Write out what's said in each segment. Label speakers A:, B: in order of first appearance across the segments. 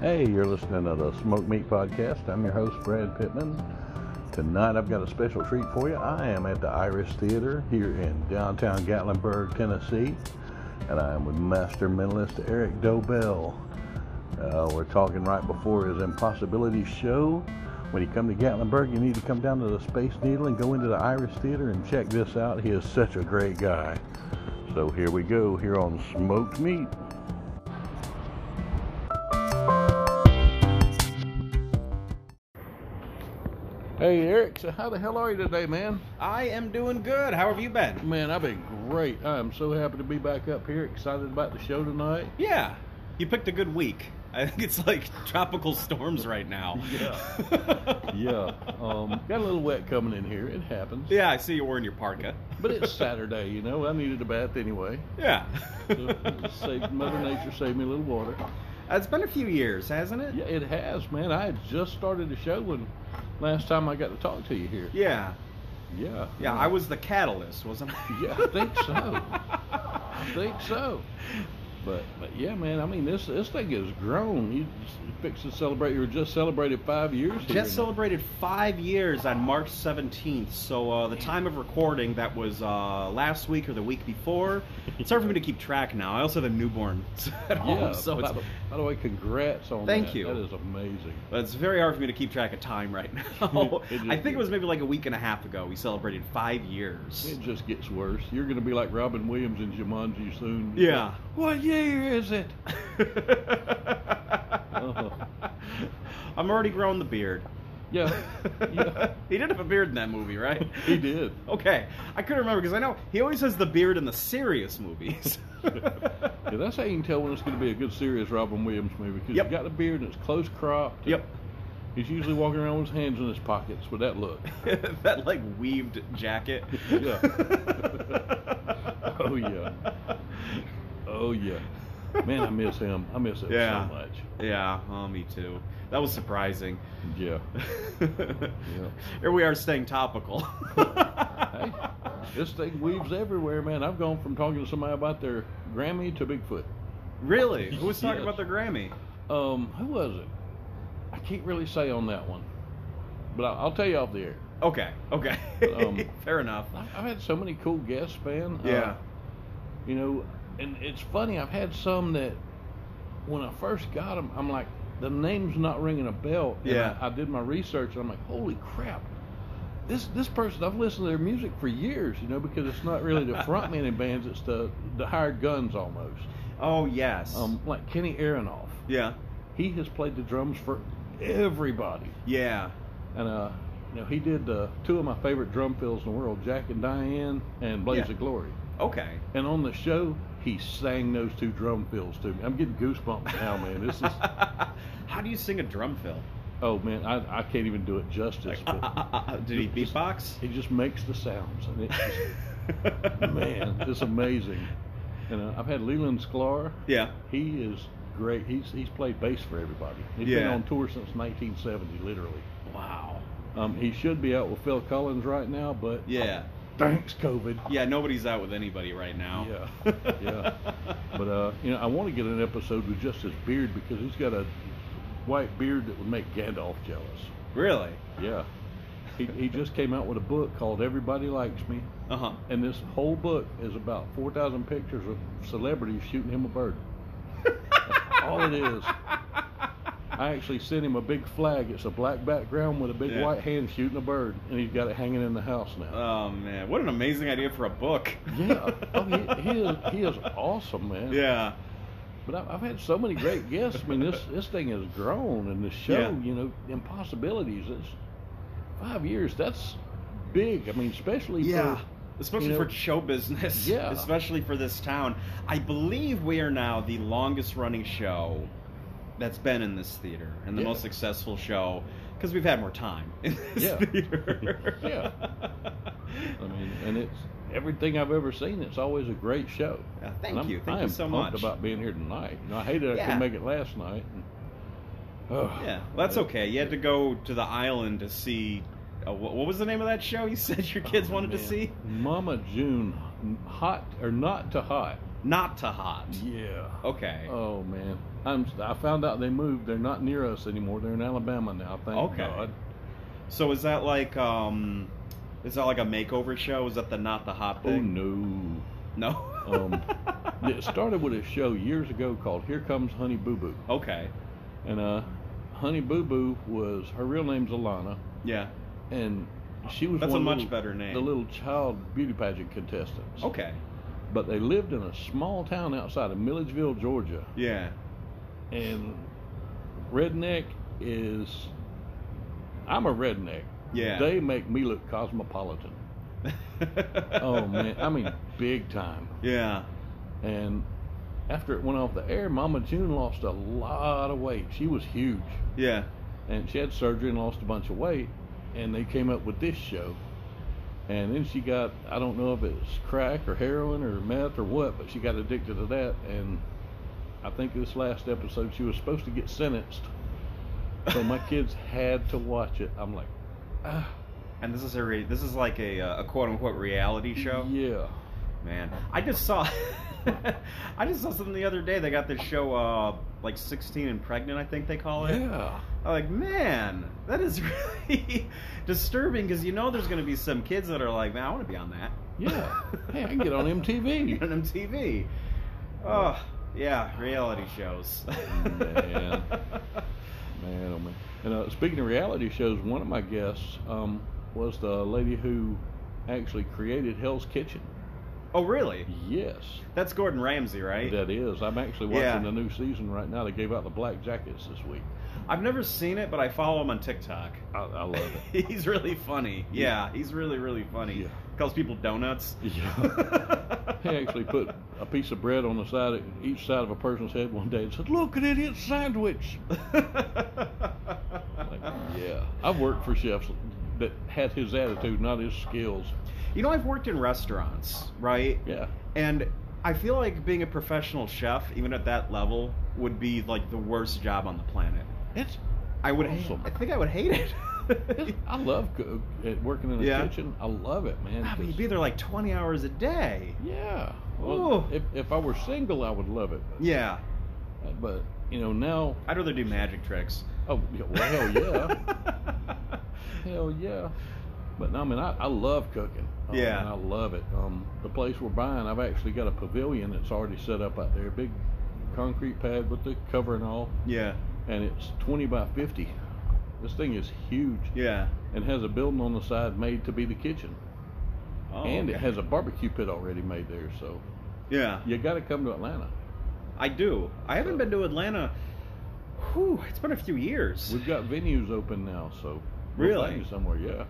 A: Hey, you're listening to the Smoke Meat Podcast. I'm your host, Brad Pittman. Tonight I've got a special treat for you. I am at the Iris Theater here in downtown Gatlinburg, Tennessee, and I am with master mentalist Eric Dobell. Uh, we're talking right before his Impossibility show. When you come to Gatlinburg, you need to come down to the Space Needle and go into the Iris Theater and check this out. He is such a great guy. So here we go, here on Smoked Meat. Hey Eric, so how the hell are you today, man?
B: I am doing good. How have you been?
A: Man, I've been great. I am so happy to be back up here. Excited about the show tonight.
B: Yeah, you picked a good week. I think it's like tropical storms right now. Yeah.
A: Yeah, um, got a little wet coming in here. It happens.
B: yeah, I see you're wearing your parka.
A: But it's Saturday, you know. I needed a bath anyway.
B: Yeah.
A: So saved, Mother Nature saved me a little water.
B: it's been a few years, hasn't it?
A: Yeah, it has, man. I had just started the show when last time I got to talk to you here.
B: Yeah.
A: Yeah.
B: Yeah, I was the catalyst, wasn't I?
A: Yeah, I think so. I think so. But but yeah, man. I mean, this this thing has grown. You fixed to celebrate. You were just celebrated five years. here
B: Just celebrated five years on March 17th, so uh, the time of recording that was uh, last week or the week before. It's hard for me to keep track now. I also have a newborn at
A: now.
B: home,
A: Yeah.
B: Oh, so uh,
A: by,
B: it's
A: the, by the way, congrats on
B: Thank
A: that.
B: you.
A: That is amazing.
B: But it's very hard for me to keep track of time right now.
A: It is
B: I think it was maybe like a week and a half ago. We celebrated five years.
A: It just gets worse. You're going to be like Robin Williams in Jumanji soon.
B: Yeah.
A: What year is it? Oh.
B: I'm already growing the beard.
A: Yeah. yeah.
B: he did have a beard in that movie, right?
A: He did.
B: Okay, I couldn't remember because I know he always has the beard in the serious movies.
A: Yeah, that's how you can tell when it's going to be a good, serious Robin Williams movie because
B: Yep.
A: he's got the beard and it's close cropped.
B: yep,
A: He's usually walking around with his hands in his pockets with that look.
B: that like weaved jacket.
A: Yeah. Oh, yeah. Oh yeah, man, I miss him. I miss him
B: Yeah.
A: so much.
B: Yeah, oh, me too. That was surprising.
A: Yeah.
B: Here we are staying topical.
A: Hey, this thing weaves everywhere, man. I've gone from talking to somebody about their Grammy to Bigfoot.
B: really? Who was talking
A: Yes.
B: about their Grammy?
A: Um, who was it? I can't really say on that one, but I- I'll tell you off the air.
B: Okay, okay.
A: Um,
B: Fair enough.
A: I- I've had so many cool guests, man. Uh,
B: Yeah.
A: you know, and it's funny. I've had some that when I first got them, I'm like, the name's not ringing a bell. And
B: Yeah.
A: I, I did my research, and I'm like, holy crap. This, this person I've listened to their music for years, you know, because it's not really the frontman in bands; it's the the hired guns almost.
B: Oh, yes.
A: Um, like Kenny Aronoff,
B: yeah,
A: he has played the drums for everybody,
B: yeah.
A: and uh, you know, he did uh, two of my favorite drum fills in the world: Jack and Diane and Blaze
B: Yeah.
A: of Glory.
B: Okay.
A: And on the show, he sang those two drum fills to me. I'm getting goosebumps now, man. This is,
B: How do you sing a drum fill?
A: oh man, I, I can't even do it justice. But
B: Did he beatbox?
A: he just makes the sounds, and it's just, man, it's amazing. And uh, I've had Leland Sklar.
B: Yeah.
A: He is great. He's he's played bass for everybody. He's been
B: Yeah.
A: on tour since 1970, literally.
B: Wow.
A: Um, he should be out with Phil Collins right now, but
B: Yeah.
A: thanks COVID.
B: Yeah, nobody's out with anybody right now.
A: Yeah, yeah. But uh, you know, I want to get an episode with just his beard because he's got a white beard that would make Gandalf jealous.
B: Really?
A: Yeah, he he just came out with a book called Everybody Likes Me,
B: Uh huh.
A: and this whole book is about four thousand pictures of celebrities shooting him a bird. That's all it is. I actually sent him a big flag. It's a black background with a big
B: Yeah.
A: white hand shooting a bird, and he's got it hanging in the house now.
B: Oh man, what an amazing idea for a book.
A: yeah, oh, he, he is he is awesome, man.
B: Yeah.
A: But I've, I've had so many great guests. I mean, this this thing has grown, and the show,
B: Yeah.
A: you know, impossibilities. It's five years. That's big. I mean, especially
B: Yeah.
A: for
B: Especially
A: you know-
B: for show business.
A: Yeah.
B: Especially for this town. I believe we are now the longest running show that's been in this theater and the
A: Yeah.
B: most successful show because we've had more time in this
A: Yeah.
B: theater.
A: Yeah. I mean, and it's everything I've ever seen. It's always a great show.
B: Yeah,
A: And
B: thank
A: I'm-
B: you. Thank
A: I
B: you
A: am
B: so
A: pumped
B: much.
A: about being here tonight. You know, I hated I
B: Yeah.
A: couldn't make it last night. And, oh,
B: Yeah, well, that's okay. You had to go to the island to see. Uh, what, what was the name of that show you said your kids
A: Oh,
B: wanted to
A: man.
B: see?
A: Mama June hot or not to hot.
B: Not to hot.
A: Yeah.
B: Okay.
A: Oh man, I'm. I found out they moved. They're not near us anymore. They're in Alabama now. Thank
B: Okay.
A: God.
B: So is that like um is that like a makeover show? Is that the not the hot
A: Oh
B: thing?
A: no.
B: No.
A: Um, It started with a show years ago called Here Comes Honey Boo Boo,
B: okay.
A: and uh, Honey Boo Boo was her real name's Alana,
B: Yeah.
A: and she was
B: That's
A: one of the
B: a much
A: little-
B: better name.
A: The little child beauty pageant contestants.
B: Okay.
A: But they lived in a small town outside of Milledgeville, Georgia,
B: Yeah.
A: and redneck is. I'm a redneck.
B: Yeah.
A: They make me look cosmopolitan. Oh man, I mean big time.
B: Yeah.
A: And after it went off the air, Mama June lost a lot of weight. She was huge,
B: Yeah.
A: and she had surgery and lost a bunch of weight. And they came up with this show. And then she got I don't know if it was crack or heroin or meth or what, but she got addicted to that. And I think this last episode she was supposed to get sentenced. So my kids had to watch it. I'm like, ah,
B: And this is a re- this is like a, uh, a quote unquote reality show.
A: yeah.
B: Man, I just saw I just saw something the other day. They got this show uh like 16 and pregnant, I think they call it.
A: Yeah.
B: I'm like, man, that is really disturbing because you know there's going to be some kids that are like, man, I want to be on that.
A: Yeah. Hey, I can get on
B: Get
A: MTV.
B: on MTV. Oh, yeah, reality shows.
A: Man. Man, oh man. And uh, speaking of reality shows, one of my guests um, was the lady who actually created Hell's Kitchen.
B: oh, really?
A: Yes,
B: That's Gordon Ramsay, right?
A: that is. I'm actually watching
B: Yeah.
A: the new season right now. They gave out the black jackets this week.
B: I've never seen it, but I follow him on TikTok.
A: I, I love it.
B: he's really funny. Yeah, he's really, really funny.
A: Yeah.
B: Calls people donuts.
A: Yeah. He actually put a piece of bread on the side of each side of a person's head one day and said, "Look, an idiot sandwich." Like, yeah, I've worked for chefs that had his attitude, not his skills.
B: You know, I've worked in restaurants, right?
A: Yeah.
B: And I feel like being a professional chef, even at that level, would be like the worst job on the planet.
A: It's
B: I would.
A: Awesome.
B: I think I would hate it.
A: I love co- uh, working in a
B: Yeah.
A: kitchen. I love it, man.
B: I mean, you'd
A: 'cause-
B: be there like 20 hours a day.
A: yeah. Well,
B: Ooh.
A: if, if I were single, I would love it.
B: Yeah,
A: Uh, But you know now,
B: I'd rather do magic tricks.
A: oh yeah, well, hell yeah, hell yeah. But no, I mean, I, I love cooking. Oh,
B: Yeah.
A: man, I love it. Um, the place we're buying, I've actually got a pavilion that's already set up out there, a big concrete pad with the cover and all,
B: yeah,
A: and it's twenty by fifty. This thing is huge
B: yeah.
A: and has a building on the side made to be the kitchen.
B: Oh,
A: and it
B: okay.
A: has a barbecue pit already made there, so
B: Yeah,
A: you got to come to Atlanta.
B: I do. I haven't been to Atlanta. Whew, it's been a few years.
A: We've got venues open now, so we'll
B: Really?
A: find you somewhere, yeah.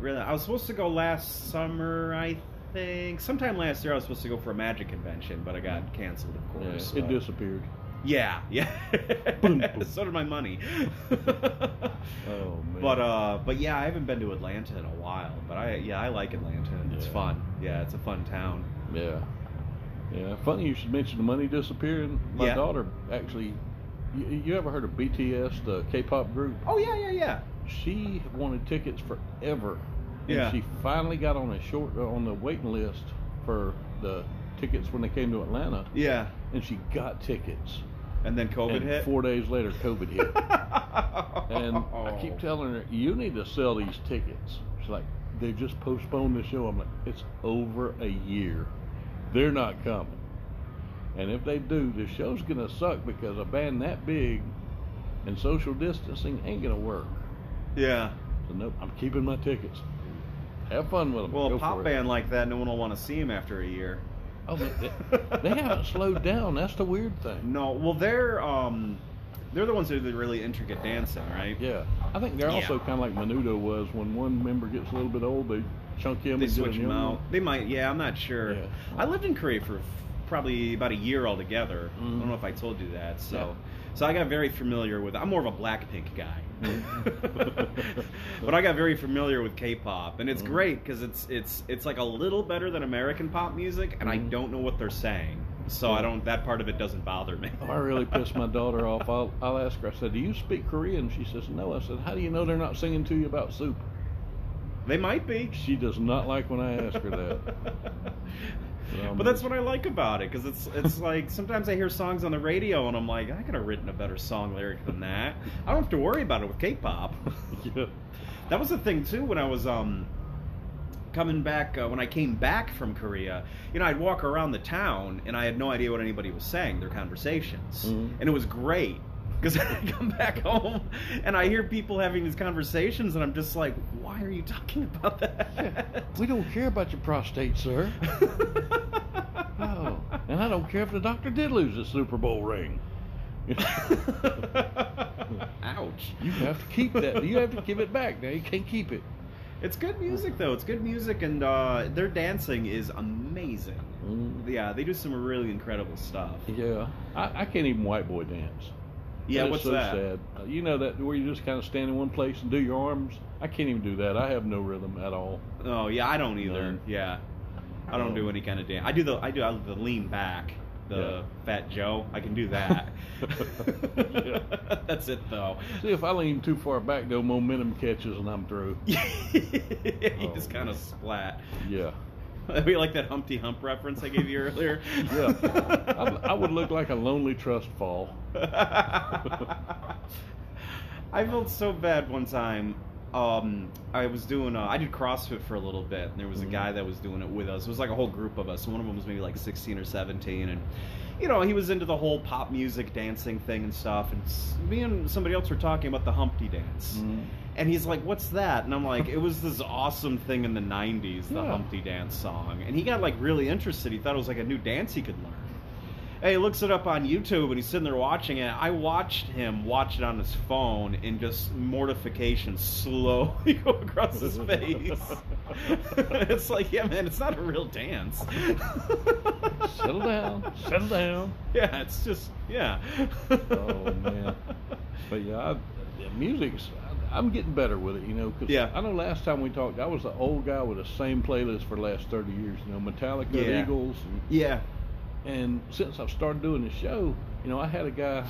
B: Really, I was supposed to go last summer, I think. Sometime last year, I was supposed to go for a magic convention, but I got canceled, of
A: yeah
B: course.
A: it
B: but-
A: disappeared.
B: Yeah, yeah.
A: Boom, boom.
B: so did my money.
A: Oh man.
B: but uh, but yeah, I haven't been to Atlanta in a while. But I yeah, I like Atlanta. It's
A: Yeah.
B: fun. Yeah, it's a fun town.
A: yeah, yeah. Funny you should mention the money disappearing. My
B: Yeah.
A: daughter actually. You, you ever heard of BTS, the K-pop group?
B: Oh yeah, yeah, yeah.
A: She wanted tickets forever, and
B: Yeah.
A: she finally got on a short uh, on the waiting list for the tickets when they came to Atlanta,
B: Yeah.
A: and she got tickets.
B: And then COVID
A: and
B: hit.
A: Four days later, COVID hit. And I
B: Oh.
A: keep telling her, you need to sell these tickets. She's like, they just postponed the show. I'm like, it's over a year. They're not coming. And if they do, the show's going to suck because a band that big and social distancing ain't going to work.
B: Yeah.
A: So, nope, I'm keeping my tickets. Have fun with them.
B: Well,
A: Go
B: a pop
A: for it.
B: band like that, no one will want to see him after a year.
A: Oh, they, they haven't slowed down. That's the weird thing.
B: No, well they're um they're the ones that do the really intricate dancing, right?
A: Yeah. I think they're
B: Yeah.
A: also kind of like Menudo was. When one member gets a little bit old, they chunk him
B: They
A: and get
B: switch
A: a
B: them
A: young
B: out.
A: one.
B: They might. Yeah, I'm not sure.
A: Yeah.
B: I lived in Korea for f- probably about a year altogether. I
A: Mhm.
B: don't know if I told you that. So, so I got very familiar with. I'm more of a Blackpink guy,
A: Mhm.
B: but I got very familiar with K-pop, and it's
A: Mhm.
B: great because it's it's it's like a little better than American pop music, and I
A: Mhm.
B: don't know what they're saying, so I don't. That part of it doesn't bother me.
A: Oh, I really pissed my daughter off. I'll, I'll ask her. I said, "Do you speak Korean?" She says, "No." I said, "How do you know they're not singing to you about soup?"
B: They might be.
A: She does not like when I ask her that. Yeah,
B: but that's what I like about it because it's it's like sometimes I hear songs on the radio and I'm like I could have written a better song lyric than that. I don't have to worry about it with K-pop.
A: yeah.
B: That was the thing too when I was um coming back uh, when I came back from Korea. You know, I'd walk around the town and I had no idea what anybody was saying, their conversations,
A: Mhm.
B: and it was great. Because I come back home and I hear people having these conversations, and I'm just like, why are you talking about that?
A: We don't care about your prostate, sir. No. And I don't care if the doctor did lose his Super Bowl ring.
B: Ouch.
A: You have to keep that. You have to give it back. Now you can't keep it.
B: It's good music though. It's good music, and uh, their dancing is amazing.
A: Mm.
B: Yeah, they do some really incredible stuff.
A: Yeah. I, I can't even white boy dance.
B: Yeah,
A: is
B: what's
A: so
B: that?
A: sad. Uh, You know that where you just kind of stand in one place and do your arms. I can't even do that. I have no rhythm at all.
B: Oh yeah, I don't either.
A: None.
B: Yeah, I don't do any kind of dance. I do the I do I, the lean back, the Fat Joe. I can do that.
A: Yeah.
B: That's it though.
A: See, if I lean too far back, though, momentum catches and I'm through.
B: you
A: Oh,
B: just kind
A: man.
B: of splat.
A: Yeah.
B: We like that Humpty Hump reference I gave you earlier.
A: Yeah. I, I would look like a lonely trust fall.
B: I felt so bad one time. Um, I was doing, uh, I did CrossFit for a little bit, and there was a
A: Mhm.
B: guy that was doing it with us. It was like a whole group of us. One of them was maybe like 16 or 17, and you know, he was into the whole pop music dancing thing and stuff. And s- me and somebody else were talking about the Humpty dance.
A: Mm-hmm. Mm.
B: And he's like, "What's that?" And I'm like, "It was this awesome thing in the '90s, the
A: Yeah.
B: Humpty Dance song." And he got like really interested. He thought it was like a new dance he could learn. And he looks it up on YouTube, and he's sitting there watching it. I watched him watch it on his phone, and just mortification slowly go across his face. it's like, yeah, man, it's not a real dance.
A: Settle down. Settle down.
B: Yeah, it's just yeah.
A: Oh, man. But yeah, I, the music's. I- I'm getting better with it, you know. 'cause
B: Yeah.
A: I know last time we talked, I was the old guy with the same playlist for the last 30 years. You know, Metallica,
B: Yeah.
A: Eagles, and
B: Yeah.
A: And since I've started doing the show, you know, I had a guy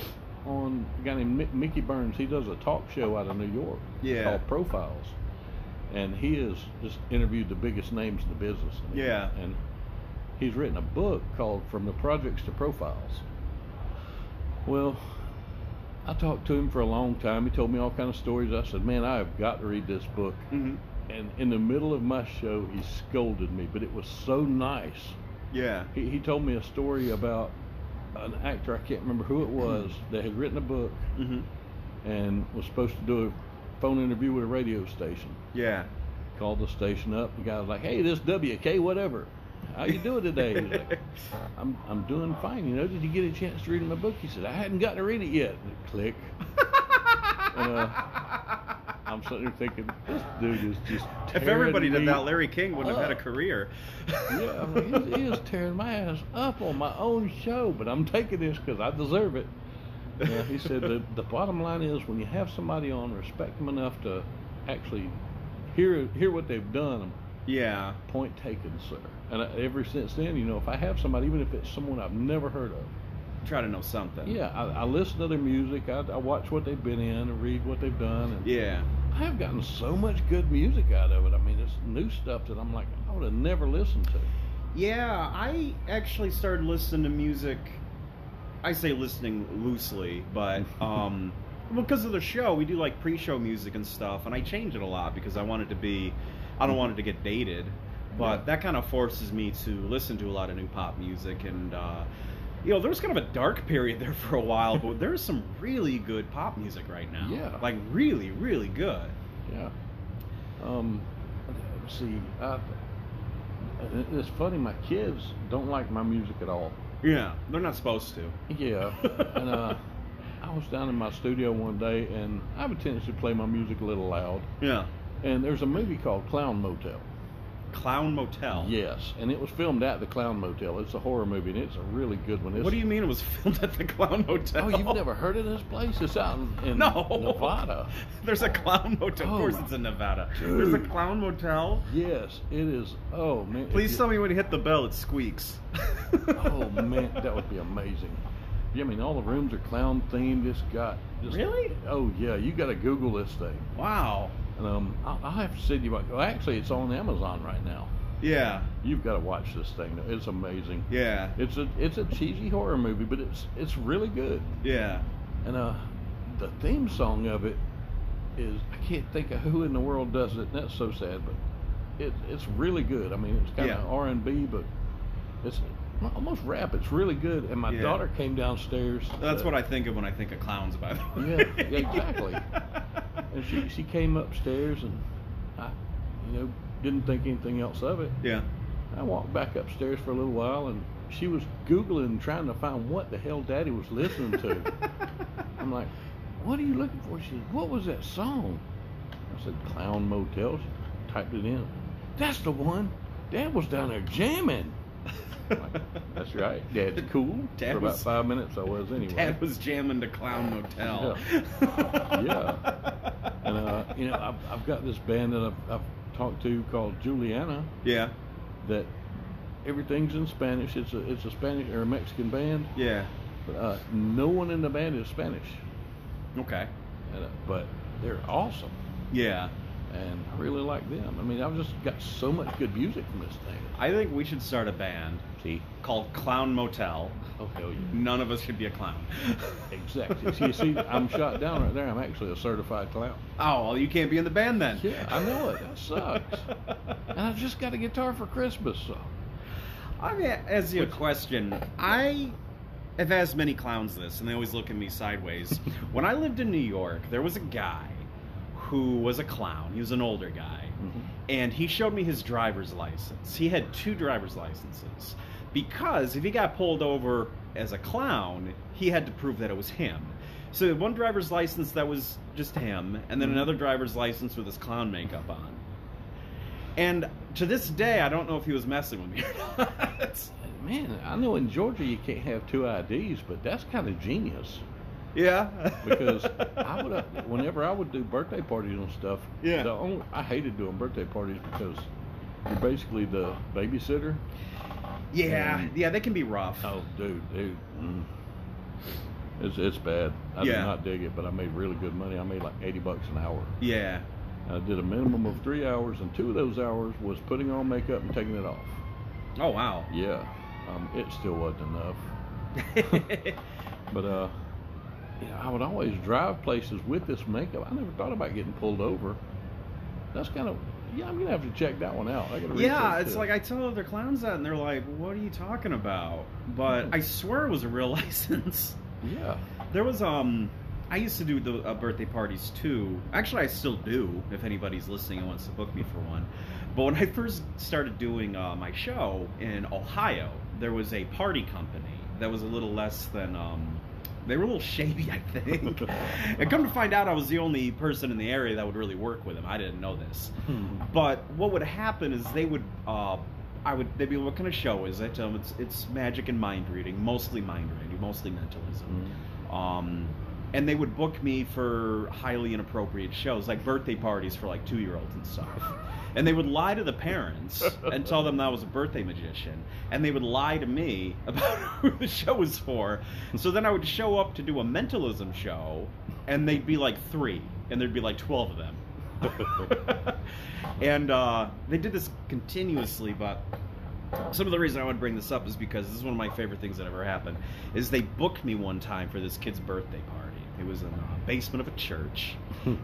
A: on, a guy named Mick, Mickey Burns. He does a talk show out of New York
B: Yeah.
A: called Profiles. And he has just interviewed the biggest names in the business.
B: Yeah.
A: And he's written a book called From the Projects to Profiles. Well, I talked to him for a long time. He told me all kind of stories. I said, man, I have got to read this book.
B: hmm
A: And in the middle of my show, he scolded me, but it was so nice.
B: Yeah.
A: He, he told me a story about an actor I can't remember who it was
B: Mm-hmm.
A: that had written a book
B: hmm
A: and was supposed to do a phone interview with a radio station.
B: Yeah.
A: Called the station up. The guy was like, "Hey, this WK whatever. How you doing today?" He's like, "I'm I'm doing fine. You know, did you get a chance to read my book?" He said, "I hadn't gotten to read it yet." Click. And, uh, I'm sitting there thinking, this dude is just.
B: If
A: tearing
B: everybody
A: me
B: did that, Larry King wouldn't have had
A: up.
B: a career.
A: Yeah, I mean, he- he is tearing my ass up on my own show, but I'm taking this because I deserve it. Yeah, he said the, the bottom line is when you have somebody on, respect them enough to actually hear hear what they've done.
B: Yeah.
A: Point taken, sir. And I, ever since then, you know, if I have somebody, even if it's someone I've never heard of,
B: Try to know something.
A: yeah, I, I listen to their music, I, I watch what they've been in, and read what they've done, and
B: Yeah.
A: I have gotten so much good music out of it. I mean, it's new stuff that I'm like, I would have never listened to.
B: Yeah, I actually started listening to music. I say listening loosely, but um, well, because of the show, we do like pre-show music and stuff, and I change it a lot because I want it to be, I don't want it to get dated, but
A: Yeah.
B: that kind of forces me to listen to a lot of new pop music and. Uh, you know, there was kind of a dark period there for a while, but there's some really good pop music right now.
A: Yeah.
B: Like, really, really good.
A: Yeah. Um, let's see, I, it- it's funny. My kids don't like my music at all.
B: Yeah. They're not supposed to.
A: Yeah. and uh, I was down in my studio one day, and I have a tendency to play my music a little loud.
B: Yeah.
A: And there's a movie called Clown Motel.
B: Clown Motel.
A: Yes, and it was filmed at the Clown Motel. It's a horror movie, and it's a really good one. It's,
B: What do you mean it was filmed at the Clown Motel?
A: Oh, you've never heard of this place? It's out in, in
B: No.
A: Nevada.
B: There's a Clown Motel.
A: Oh,
B: of course,
A: my-
B: it's in Nevada.
A: Dude.
B: There's a Clown Motel.
A: Yes, it is. Oh man! if
B: Please
A: you-
B: tell me when you hit the bell, it squeaks.
A: Oh man, that would be amazing. Yeah, I mean, all the rooms are clown themed. It's got just,
B: Really?
A: Oh yeah, you got to Google this thing.
B: Wow.
A: And, um, I'll, I'll have to send you. my- Well, actually, it's on Amazon right now.
B: Yeah.
A: You've got to watch this thing. It's amazing.
B: Yeah.
A: It's a it's a cheesy horror movie, but it's it's really good.
B: Yeah.
A: And uh, the theme song of it is I can't think of who in the world does it. And that's so sad, but it it's really good. I mean, it's kind
B: Yeah.
A: of R and B, but it's almost rap. It's really good. And my
B: Yeah.
A: daughter came downstairs.
B: That's
A: uh,
B: what I think of when I think of clowns, by the
A: Yeah,
B: way.
A: yeah, exactly. And she she came upstairs, and I, you know, didn't think anything else of it.
B: Yeah.
A: I walked back upstairs for a little while, and she was googling, trying to find what the hell Daddy was listening to. I'm like, "What are you looking for?" She said, "What was that song?" I said, "Clown Motel." She typed it in. That's the one. Dad was down there jamming. That's right. Dad's cool.
B: Dad
A: for about
B: was-
A: five minutes, I was anyway.
B: Dad was jamming to Clown Motel.
A: Yeah. and uh, you know, I've, I've got this band that I've, I've talked to called Juliana.
B: yeah.
A: That everything's in Spanish. It's a it's a Spanish or a Mexican band.
B: Yeah.
A: But, uh, no one in the band is Spanish,
B: Okay.
A: and, uh, but they're awesome,
B: Yeah.
A: and I really like them. I mean, I've just got so much good music from this thing.
B: I think we should start a band
A: See,
B: called Clown Motel.
A: oh hell yeah,
B: None of us should be a clown.
A: exactly. See, see, I'm shot down right there. I'm actually a certified clown.
B: Oh, well, you can't be in the band then.
A: Yeah, I know it. That sucks. And I've just got a guitar for Christmas, so
B: I'm a- as you a question. I have asked many clowns this, and they always look at me sideways. when I lived in New York, there was a guy who was a clown. He was an older guy,
A: Mm-hmm.
B: and he showed me his driver's license. He had two driver's licenses because if he got pulled over as a clown, he had to prove that it was him. So he had one driver's license that was just him, and
A: Mm-hmm.
B: then another driver's license with his clown makeup on. And to this day, I don't know if he was messing with me or not.
A: Man, I know in Georgia you can't have two IDs, but that's kind of genius
B: Yeah.
A: because I would, whenever I would do birthday parties and stuff,
B: Yeah.
A: the only, I hated doing birthday parties because you're basically the babysitter.
B: Yeah,
A: Um,
B: yeah, they can be rough.
A: Oh, dude, dude, mm. it's it's bad. I did
B: Yeah.
A: not dig it, but I made really good money. I made like eighty bucks an hour.
B: Yeah.
A: I did a minimum of three hours, and two of those hours was putting on makeup and taking it off.
B: Oh wow.
A: Yeah, um, it still wasn't enough. But uh, you know, I would always drive places with this makeup. I never thought about getting pulled over. That's kind of yeah. I'm gonna have to check that one out. I gotta
B: yeah,
A: research
B: it's
A: it.
B: like I tell other clowns that, and they're like, "What are you talking about?"
A: Hmm.
B: But I swear it was a real license.
A: yeah.
B: There was um, I used to do the uh, birthday parties too. Actually, I still do. If anybody's listening and wants to book me for one, but when I first started doing uh, my show in Ohio, there was a party company that was a little less than um, they were a little shady, I think. and come to find out, I was the only person in the area that would really work with them. I didn't know this.
A: Mm-hmm.
B: But what would happen is they would, uh, I would, they'd be, what kind of show is it? Um, it's it's magic and mind reading, mostly mind reading, mostly mentalism. Um, and they would book me for highly inappropriate shows, like birthday parties for like two year olds and stuff. And they would lie to the parents and tell them that I was a birthday magician. And they would lie to me about who the show was for. So then I would show up to do a mentalism show, and they'd be like three, and there'd be like 12 of them and uh, they did this continuously, but some of the reason I would bring this up is because this is one of my favorite things that ever happened. Is they booked me one time for this kid's birthday party. It was in the basement of a church,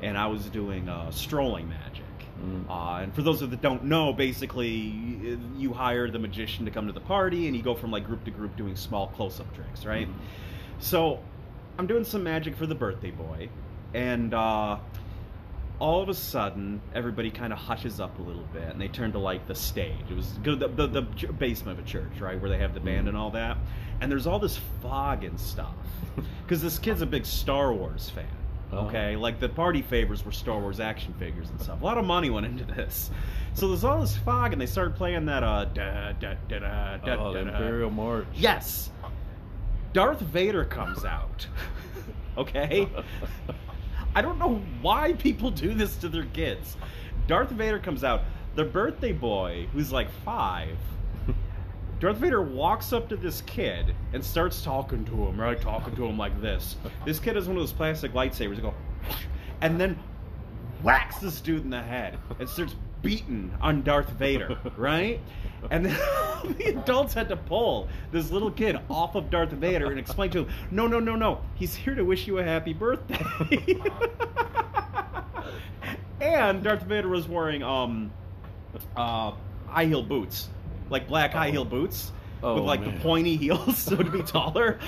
B: and I was doing uh, strolling magic.
A: Mm.
B: Uh, and for those that don't know, basically, y- you hire the magician to come to the party, and you go from like group to group doing small close-up tricks, right?
A: Mm-hmm.
B: So, I'm doing some magic for the birthday boy, and uh, all of a sudden, everybody kind of hushes up a little bit, and they turn to like the stage. It was go- the, the the ch- basement of a church, right, where they have the
A: Mm-hmm.
B: band and all that. And there's all this fog and stuff, because this kid's a big Star Wars fan.
A: Oh.
B: Okay, like the party favors were Star Wars action figures and stuff. A lot of money went into this, so there's all this fog, and they started playing that uh da da da da da
A: Oh, the
B: da, da.
A: Imperial March.
B: Yes. Darth Vader comes out. okay? I don't know why people do this to their kids. Darth Vader comes out. The birthday boy, who's like five, Darth Vader walks up to this kid and starts talking to him, right? Talking to him like this. This kid has one of those plastic lightsabers. Go, and then whacks this dude in the head and starts beaten on Darth Vader, right? And then the adults had to pull this little kid off of Darth Vader and explain to him, no, no, no, no, he's here to wish you a happy birthday. and Darth Vader was wearing um, uh, high heel boots, like black high heel boots.
A: Oh,
B: with like
A: man.
B: the pointy heels, so to be taller.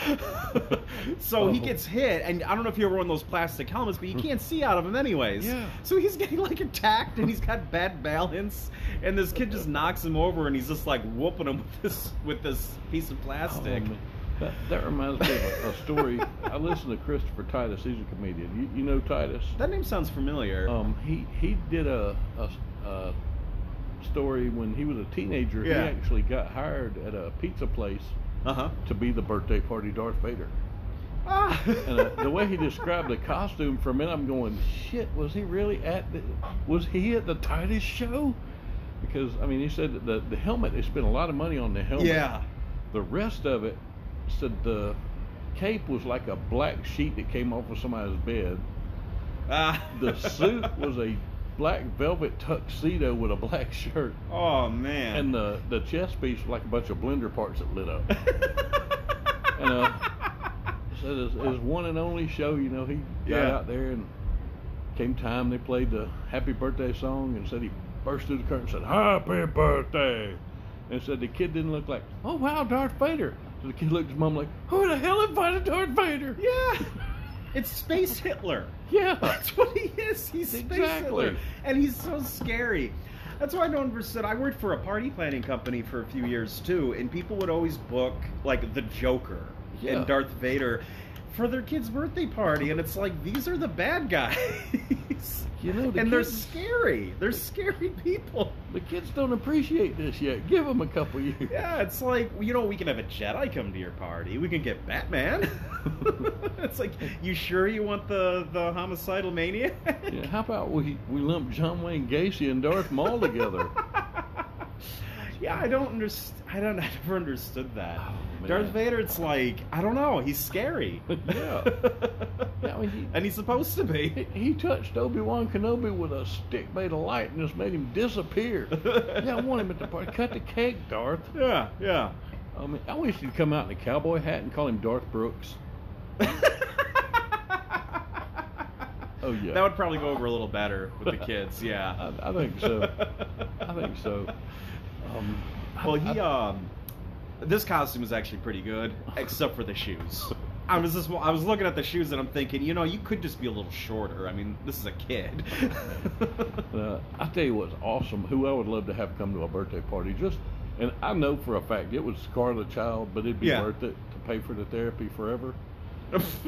B: so he
A: Oh.
B: gets hit, and I don't know if you ever worn those plastic helmets, but you can't see out of them anyways.
A: Yeah.
B: So he's getting like attacked, and he's got bad balance, and this kid just knocks him over, and he's just like whooping him with this with this piece of
A: Oh,
B: plastic.
A: man. that, that reminds me of a, a story. I listened to Christopher Titus. He's a comedian. You, you know Titus?
B: that name sounds familiar.
A: Um, he he did a, a, a story when he was a teenager.
B: Yeah.
A: He actually got hired at a pizza place
B: Uh huh.
A: to be the birthday party Darth Vader.
B: Ah.
A: And uh, the way he described the costume for a minute, I'm going, shit, was he really at the, was he at the Titus show? Because I mean, he said that the, the helmet. They spent a lot of money on the helmet.
B: Yeah.
A: The rest of it said the cape was like a black sheet that came off of somebody's bed.
B: Ah.
A: The suit was a black velvet tuxedo with a black shirt,
B: Oh man.
A: and the the chest piece was like a bunch of blender parts that lit up. and uh, said his, his one and only show. You know, he got
B: Yeah.
A: out there and came time. They played the Happy Birthday song and said he burst through the curtain and said Happy Birthday, and said the kid didn't look like oh wow Darth Vader. So the kid looked at his mom like who the hell invited Darth Vader?
B: yeah. It's space Hitler.
A: Yeah.
B: That's what he is. He's space
A: Exactly.
B: Hitler. And he's so scary. That's why I don't understand. I worked for a party planning company for a few years too, and people would always book like the Joker
A: Yeah.
B: and Darth Vader for their kid's birthday party, and it's like these are the bad guys.
A: You know, the
B: and they're
A: kids-
B: scary. They're scary people.
A: The kids don't appreciate this yet. Give them a couple years.
B: Yeah, it's like you know we can have a Jedi come to your party. We can get Batman. it's like you sure you want the the homicidal maniac?
A: Yeah, how about we, we lump John Wayne Gacy and Darth Maul together?
B: yeah, I don't understand. I don't. I never understood that.
A: Oh, man.
B: Darth Vader. It's like I don't know. He's scary.
A: Yeah. Yeah, I mean, he-
B: and he's supposed to
A: He,
B: be.
A: he touched Obi Wan Kenobi with a stick made of light and just made him disappear. yeah, I want him at the party. Cut the cake, Darth.
B: Yeah, yeah.
A: I mean, I wish he'd come out in a cowboy hat and call him Darth Brooks. Oh yeah,
B: That would probably go over a little better with the kids. Yeah.
A: I, I think so. I think so. Um, I-
B: Well, he
A: I-
B: um, this costume is actually pretty good, except for the shoes. I was just, I was looking at the shoes and I'm thinking, you know, you could just be a little shorter. I mean, this is a kid.
A: uh, I tell you what's awesome. Who I would love to have come to a birthday party. Just and I know for a fact it would scar the child, but it'd be
B: Yeah.
A: worth it to pay for the therapy forever.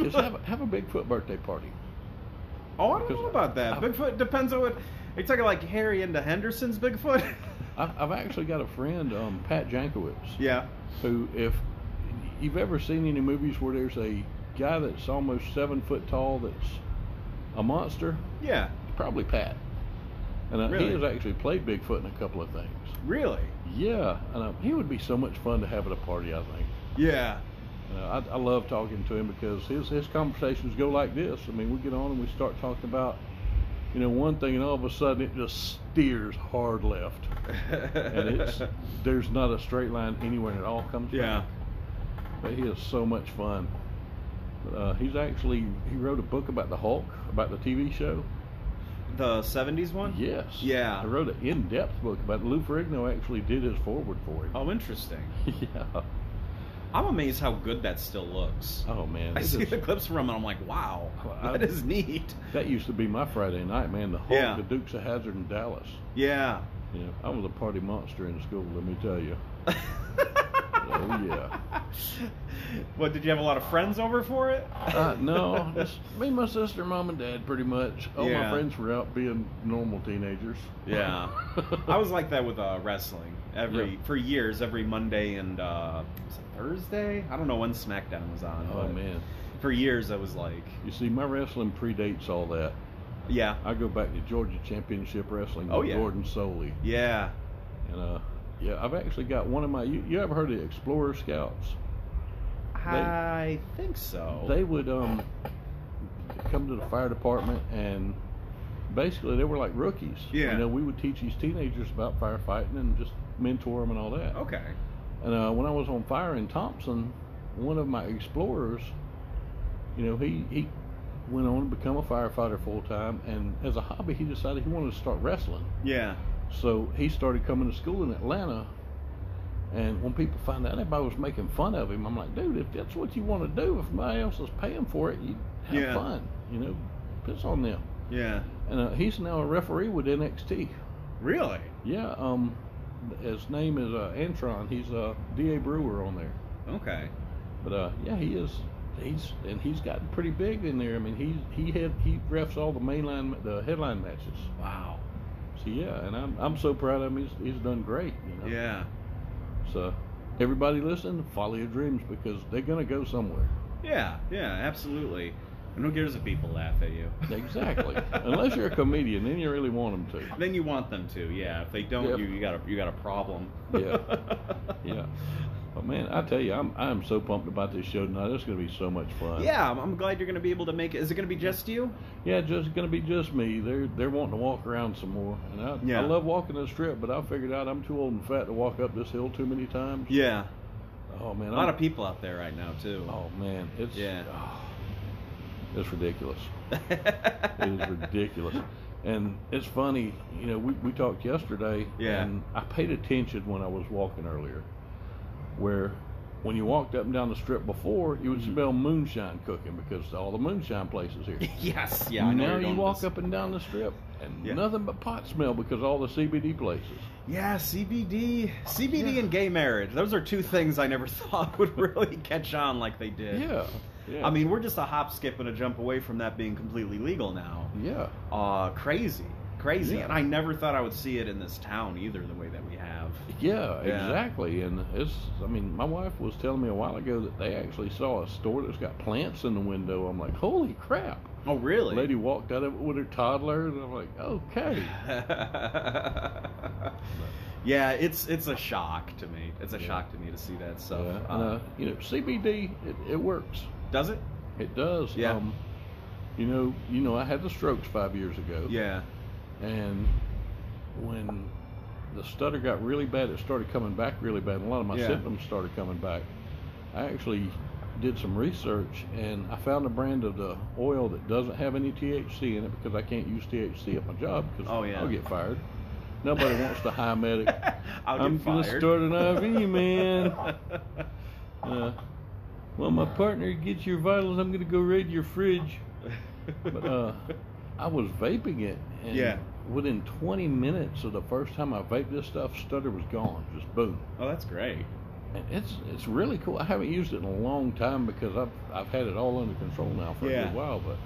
A: Just have have a Bigfoot birthday party.
B: oh, I don't know about that.
A: I-
B: Bigfoot depends on what. Are you talking like Harry into Henderson's Bigfoot?
A: I've, I've actually got a friend, um, Pat Jankowicz.
B: yeah.
A: who if you've ever seen any movies where there's a guy that's almost seven foot tall that's a monster,
B: Yeah.
A: probably Pat. And uh,
B: Really?
A: he has actually played Bigfoot in a couple of things.
B: Really?
A: Yeah, and uh, he would be so much fun to have at a party. I think.
B: Yeah.
A: You know, I, I love talking to him because his his conversations go like this. I mean, we get on and we start talking about you know one thing, and all of a sudden it just steers hard left, and it's there's not a straight line anywhere, and it all comes
B: yeah.
A: back. But he is so much fun. But, uh, he's actually he wrote a book about the Hulk, about the TV show.
B: The '70s one.
A: Yes.
B: Yeah.
A: He wrote an in-depth book about it. Lou Ferrigno. Actually, did his forward for him.
B: Oh, interesting.
A: yeah.
B: I'm amazed how good that still looks.
A: Oh man.
B: I
A: it
B: see
A: is-
B: the clips from him and I'm like, wow,
A: Wow.
B: that is neat.
A: that used to be my Friday night, man. The Hulk,
B: Yeah.
A: the Dukes of Hazard in Dallas.
B: Yeah.
A: You know, I was a party monster in school. Let me tell you. oh yeah.
B: What did you have a lot of friends over for it?
A: Uh, no, just me, my sister, mom, and dad, pretty much. All my
B: Yeah.
A: friends were out being normal teenagers.
B: Yeah. I was like that with uh, wrestling every
A: Yeah.
B: for years, every Monday and uh, was it Thursday. I don't know when SmackDown was on.
A: Oh
B: but
A: man.
B: For years, I was like,
A: You see, my wrestling predates all that.
B: yeah,
A: I go back to Georgia Championship Wrestling
B: Oh,
A: with
B: yeah.
A: Gordon Soley,
B: yeah.
A: and uh, yeah, I've actually got one of my. You, you ever heard of the Explorer Scouts?
B: I think so.
A: They would um come to the fire department and basically they were like rookies.
B: Yeah.
A: You know, we would teach these teenagers about firefighting and just mentor them and all that.
B: Okay.
A: And uh, when I was on fire in Thompson, one of my explorers, you know, he he went on to become a firefighter full time, and as a hobby, he decided he wanted to start wrestling.
B: Yeah.
A: So he started coming to school in Atlanta. And when people found out everybody was making fun of him, I'm like, dude, if that's what you want to do, if nobody else is paying for it, you have
B: Yeah.
A: fun. You know, piss on them.
B: Yeah.
A: And uh, he's now a referee with NXT.
B: Really?
A: Yeah, um, his name is uh, Antron. He's a uh, DA Brewer on there.
B: Okay.
A: But uh, yeah, he is. He's and he's gotten pretty big in there. I mean, he's he had he refs all the mainline the headline matches.
B: Wow.
A: So yeah, and I'm I'm so proud of him. He's he's done great. You know?
B: Yeah.
A: So everybody listen, follow your dreams because they're gonna go somewhere.
B: Yeah. Yeah. Absolutely. And who cares if people laugh at you?
A: Exactly. Unless you're a comedian, then you really want them to.
B: Then you want them to, yeah. If they don't,
A: Yeah.
B: you, you got a you got a problem.
A: Yeah. Yeah. But man, I tell you, I'm I'm so pumped about this show tonight. It's gonna be so much fun.
B: Yeah, I'm, I'm glad you're going to be able to make it. Is it going to be just you?
A: Yeah, just gonna be just me. They're they're wanting to walk around some more, and I,
B: Yeah.
A: I love walking this strip, but I figured out I'm too old and fat to walk up this hill too many times.
B: Yeah.
A: Oh man,
B: A lot of people out there right now too.
A: Oh man, it's ah,
B: Yeah.
A: it's ridiculous. it is ridiculous, and it's funny. You know, we we talked yesterday,
B: Yeah.
A: and I paid attention when I was walking earlier, where. When you walked up and down the strip before, you would
B: Mhm.
A: smell moonshine cooking because all the moonshine places here.
B: yes. Yeah. I know
A: now
B: you're
A: you
B: going with
A: walk
B: this.
A: up and down the strip, and
B: Yeah.
A: nothing but pot smell because all the CBD places.
B: Yeah, CBD, CBD,
A: Yeah.
B: and gay marriage. Those are two things I never thought would really catch on like they did.
A: Yeah, yeah.
B: I mean, we're just a hop, skip, and a jump away from that being completely legal now.
A: yeah,
B: Uh, crazy, crazy,
A: Yeah.
B: and I never thought I would see it in this town either, the way that we have.
A: yeah,
B: Yeah.
A: exactly. And it's, I mean, my wife was telling me a while ago that they actually saw a store that's got plants in the window. I'm like, holy crap!
B: Oh, really?
A: Lady walked out of it with her toddler, and I'm like, okay,
B: yeah, it's it's a shock to me. It's a
A: Yeah.
B: shock to me to see that
A: so
B: stuff.
A: and,
B: Uh,
A: uh, you know, CBD it, it works.
B: does it?
A: It does.
B: Yeah.
A: Um, you know, you know, I had the strokes five years ago.
B: Yeah.
A: And when the stutter got really bad, it started coming back really bad, and a lot of my
B: Yeah.
A: symptoms started coming back. I actually did some research and I found a brand of the oil that doesn't have any THC in it because I can't use THC at my job because
B: Oh, yeah.
A: I'll get fired. Nobody wants the high medic.
B: I'll get
A: I'm gonna
B: fired.
A: start an IV, man. Uh, well, my partner gets your vitals. I'm going to go raid your fridge. But uh, I was vaping it, and
B: Yeah.
A: within 20 minutes of the first time I vaped this stuff, stutter was gone, just boom.
B: oh, that's great.
A: And it's it's really cool. I haven't used it in a long time because I've I've had it all under control now for a
B: Yeah.
A: good while. But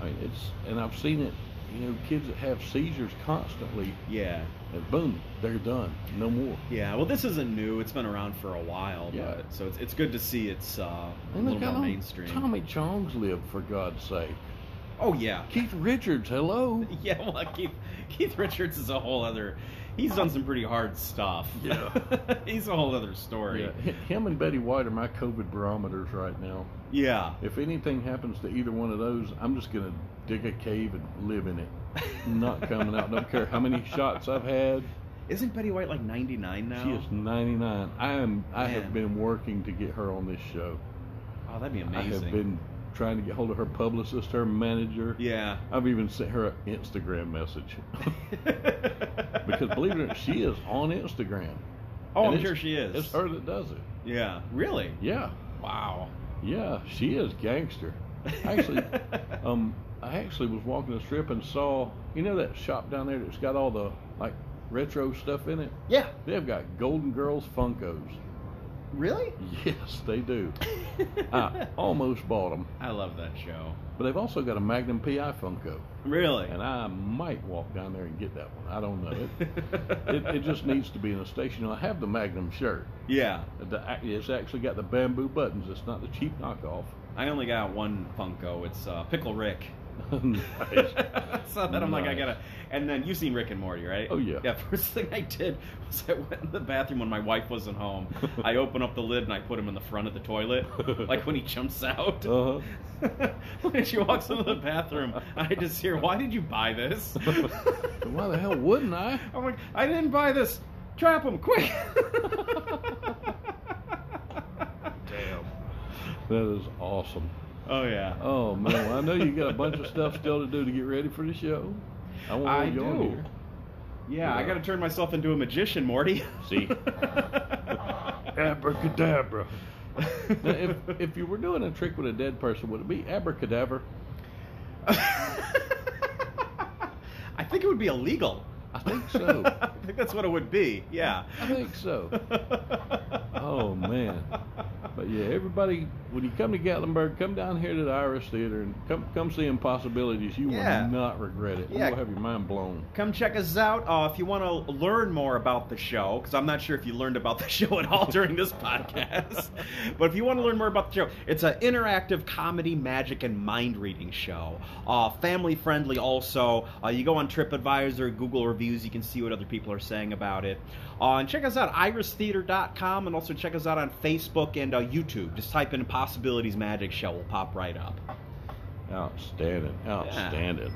A: I mean, it's and I've seen it. You know, kids that have seizures constantly,
B: Yeah.
A: and boom, they're done, no more.
B: Yeah, well, this isn't new. It's been around for a while,
A: Yeah.
B: but, so it's, it's good to see it's uh, a
A: And
B: little
A: look how
B: more
A: long
B: mainstream.
A: Tommy Chong's lived, for God's sake.
B: Oh yeah,
A: Keith Richards, hello.
B: yeah. Well, Keith Keith Richards is a whole other. He's done some pretty hard stuff.
A: Yeah.
B: he's a whole other story.
A: Yeah, hi- him and Betty White are my COVID barometers right now.
B: Yeah.
A: If anything happens to either one of those, I'm just gonna dig a cave and live in it. Not coming out. Don't care how many shots I've had.
B: Isn't Betty White like 99 now?
A: She is 99. I am. I
B: Man.
A: have been working to get her on this show.
B: Oh, that'd be
A: I
B: amazing.
A: have been trying to get hold of her publicist, her manager.
B: Yeah.
A: I've even sent her an Instagram message because believe it or not, she is on Instagram.
B: Oh,
A: And
B: I'm
A: it's-
B: sure she is.
A: It's her that does it.
B: Yeah. Really?
A: Yeah,
B: Wow.
A: yeah, she is gangster. Actually, Um, I actually was walking the strip and saw, you know, that shop down there that's got all the like retro stuff in it.
B: yeah.
A: They've got Golden Girls Funkos.
B: Really?
A: Yes, they do. I almost bought them,
B: I love that show.
A: but they've also got a Magnum PI Funko,
B: Really?
A: and I might walk down there and get that one. I don't know. It, it, it just needs to be in a station. I have the Magnum shirt.
B: Yeah.
A: The- It's actually got the bamboo buttons. It's not the cheap knockoff.
B: I only got one Funko. It's uh, Pickle Rick.
A: Nice.
B: so then I'm like, I
A: Nice.
B: gotta. And then you've seen Rick and Morty, right?
A: Oh, yeah.
B: Yeah. First thing I did was I went in the bathroom when my wife wasn't home. I opened up the lid and I put him in the front of the toilet, like when he jumps out.
A: Uh-huh.
B: and she walks into the bathroom. I just hear, "Why did you buy this?"
A: Why the hell wouldn't I?
B: I'm like, "I didn't buy this. Trap him quick!" Damn.
A: That is awesome.
B: Oh yeah.
A: Oh man, well, I know you got a bunch of stuff still to do to get ready for the show. I want
B: I
A: you Oh, on
B: do.
A: here.
B: Yeah, I
A: Yeah.
B: got to turn myself into a magician, Morty.
A: See? Abracadabra. Now, if if you were doing a trick with a dead person, would it be abracadabra?
B: I think it would be illegal.
A: I think so.
B: I think that's what it would be. Yeah.
A: I think so. Oh, man. But yeah, everybody, when you come to Gatlinburg, come down here to the Irish Theater and come come see Impossibilities. You
B: Yeah.
A: will not regret it. You
B: Yeah.
A: will have your mind blown.
B: Come check us out uh, if you want to learn more about the show, because I'm not sure if you learned about the show at all during this podcast. but if you want to learn more about the show, it's an interactive comedy, magic, and mind reading show. Uh, family friendly, also. Uh, you go on TripAdvisor, Google reviews, you can see what other people are saying about it. Uh, and check us out iristheater.com, and also check us out on Facebook and uh, YouTube. Just type in Possibilities Magic Show, will pop right up.
A: Outstanding. Outstanding.